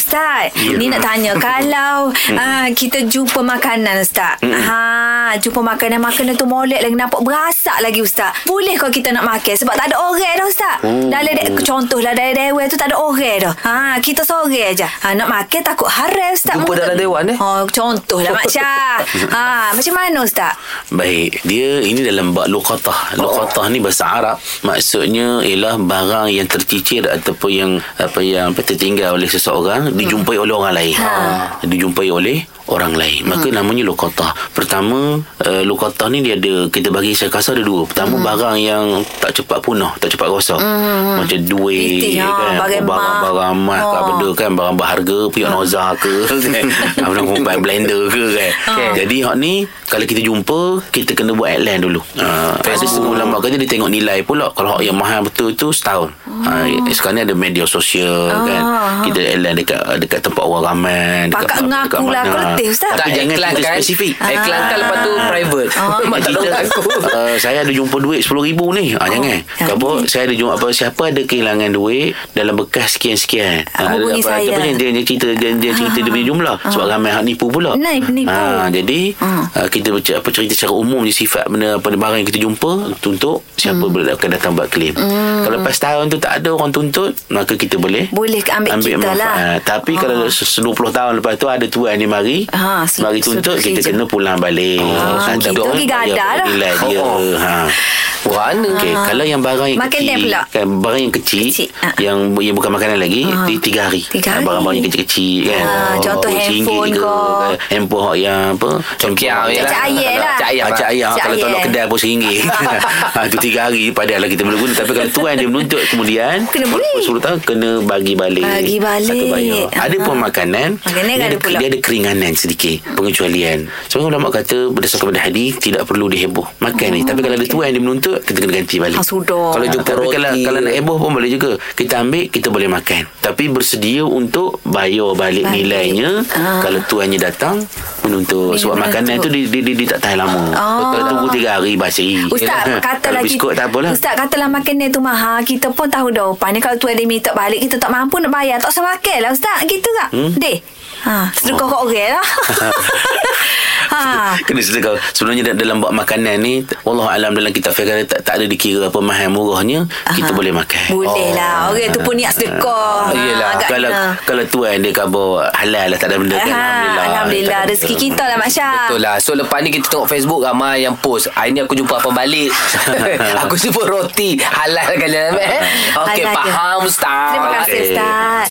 Ustaz, yeah. Ya. ni nak tanya kalau Hmm. ah, kita jumpa makanan Ustaz. Ha, jumpa makanan-makanan tu molek lagi nampak berasak lagi Ustaz. Boleh kau kita nak makan sebab tak ada orang dah Ustaz. Oh. Dalam de- contohlah dalam dewan tu tak ada orang dah. Ha, kita seorang aja. Ha, nak makan takut haram Ustaz. Jumpa Mungkin- dalam dewan, eh? Ha, contohlah Mak Syah. Ha, macam mana Ustaz? Baik, dia ini dalam bak luqatah. Luqatah ni bahasa Arab. Maksudnya ialah barang yang tercicir ataupun yang apa yang apa tertinggal oleh seseorang dijumpai oleh orang lain. Ha. Dijumpai oleh orang lain. Maka Hmm. namanya luqatah. Pertama, uh, luqatah ni dia ada kita bagi saya kasar ada dua. Pertama Hmm. barang yang tak cepat punah, tak cepat rosak. Macam duit Itik, Hmm. kan, ha, barang mah. barang-barang mat Ha. kat benda kan barang berharga, Ah. pihak nozah ke kan. Abang kumpai blender ke kan. Ah. Okey. Jadi hak ni kalau kita jumpa kita kena buat outline dulu. Ah. Ha, ada semua ulama kata dia tengok nilai pula. Kalau hak yang mahal betul tu setahun. Ha, Oh. sekarang ni ada media sosial Ah. kan. Kita outline dekat dekat tempat orang ramai, dekat Pakat dekat ngaku lah, mana. kreatif, Ustaz. Ah. Tapi Tak jangan iklankan kita spesifik. Ah. Iklankan lepas tu private. Mak tak tahu aku. uh, saya ada jumpa duit RM10,000 ni. Ah, jangan. jangan. Kamu saya ada jumpa apa siapa ada kehilangan duit dalam bekas sekian-sekian. Ah, ada hubungi saya. Ah, apa ni, dia, dia cerita dia, dia cerita dia punya jumlah sebab ramai hak nipu pula. Nah, nipu. Ah, jadi Ah. ah, kita baca apa cerita secara umum je sifat benda apa barang yang kita jumpa tuntut siapa Hmm. boleh akan datang buat claim. Kalau lepas tahun tu tak ada orang tuntut maka kita boleh Boleh ambil kita lah. manfaat. Tapi kalau se- se- 20 tahun lepas tu ada tuan ni mari Ah, se- mari tuntut se- kita se- kena pulang balik. Kan, Ah, Ataupun kita pergi bayar gadar lah. Ah. Nilai dia. Oh, oh. Ha. Wahana. Okey, ha. kalau yang barang yang Makan dia kecil pula. kan barang yang kecil, Kecil, kecil. ah. yang yang bukan makanan lagi, ha. di tiga hari. Tiga Ah, hari. Barang-barang yang kecil-kecil kan. Ah, contoh RM20 handphone ke, kau. kan, handphone hak yang apa? Congkiang handphone je hak- lah. Cak Ayah lah. Cak Ayah. Ah, Cak ayah Cak Kalau ayah. tolak kedai pun RM1 ha, Itu tiga hari Padahal lah kita belum guna Tapi kalau tuan dia menuntut Kemudian Kena beli. Sepuluh tahun Kena bagi balik Bagi balik. Ah. Satu bayar Ada pun makanan Makanan dia ada pula. Dia ada keringanan sedikit Pengecualian Sebenarnya ulama kata Berdasarkan pada hadis Tidak perlu diheboh Makan ni Tapi kalau ada tuan dia menuntut Kita kena ganti balik Oh, Ah, sudah. Kalau Ah, jumpa tapi roti kalau, kalau- kalau nak heboh pun boleh juga Kita ambil Kita boleh makan Tapi bersedia untuk Bayar balik, Balik. nilainya Ah. Kalau tuannya datang Menuntut Dia Sebab makanan menuntut. tu dia, dia, dia, dia tak tahan lama Ah. Kalau tunggu tiga hari Basi Ustaz kata Kalau lagi biskut tak apalah Ustaz katalah makanan tu mahal Kita pun tahu dah Pandai kalau tuan dia minta balik Kita tak mampu nak bayar Tak usah makan lah Ustaz Gitu tak hmm? Deh ha, Oh. Sedekah kat orang lah ha. Kena sedekah Sebenarnya da- dalam buat makanan ni Wallah alam dalam kitab fiqh tak, tak ada dikira apa mahal murahnya Kita Aha. boleh makan Oh. Boleh lah Orang tu pun niat sedekah Ha, Ah, Yelah agaknya. kalau kalau tuan dia kabar halal lah tak ada benda Ha, kan alhamdulillah. Alhamdulillah Tak ada Rezeki benda. kita lah Mak Syah Betul lah So lepas ni kita tengok Facebook Ramai yang post Hari ni aku jumpa apa balik Aku jumpa roti Halal kan dalam eh Okey Halal je. faham Ustaz Terima kasih Okey. Ustaz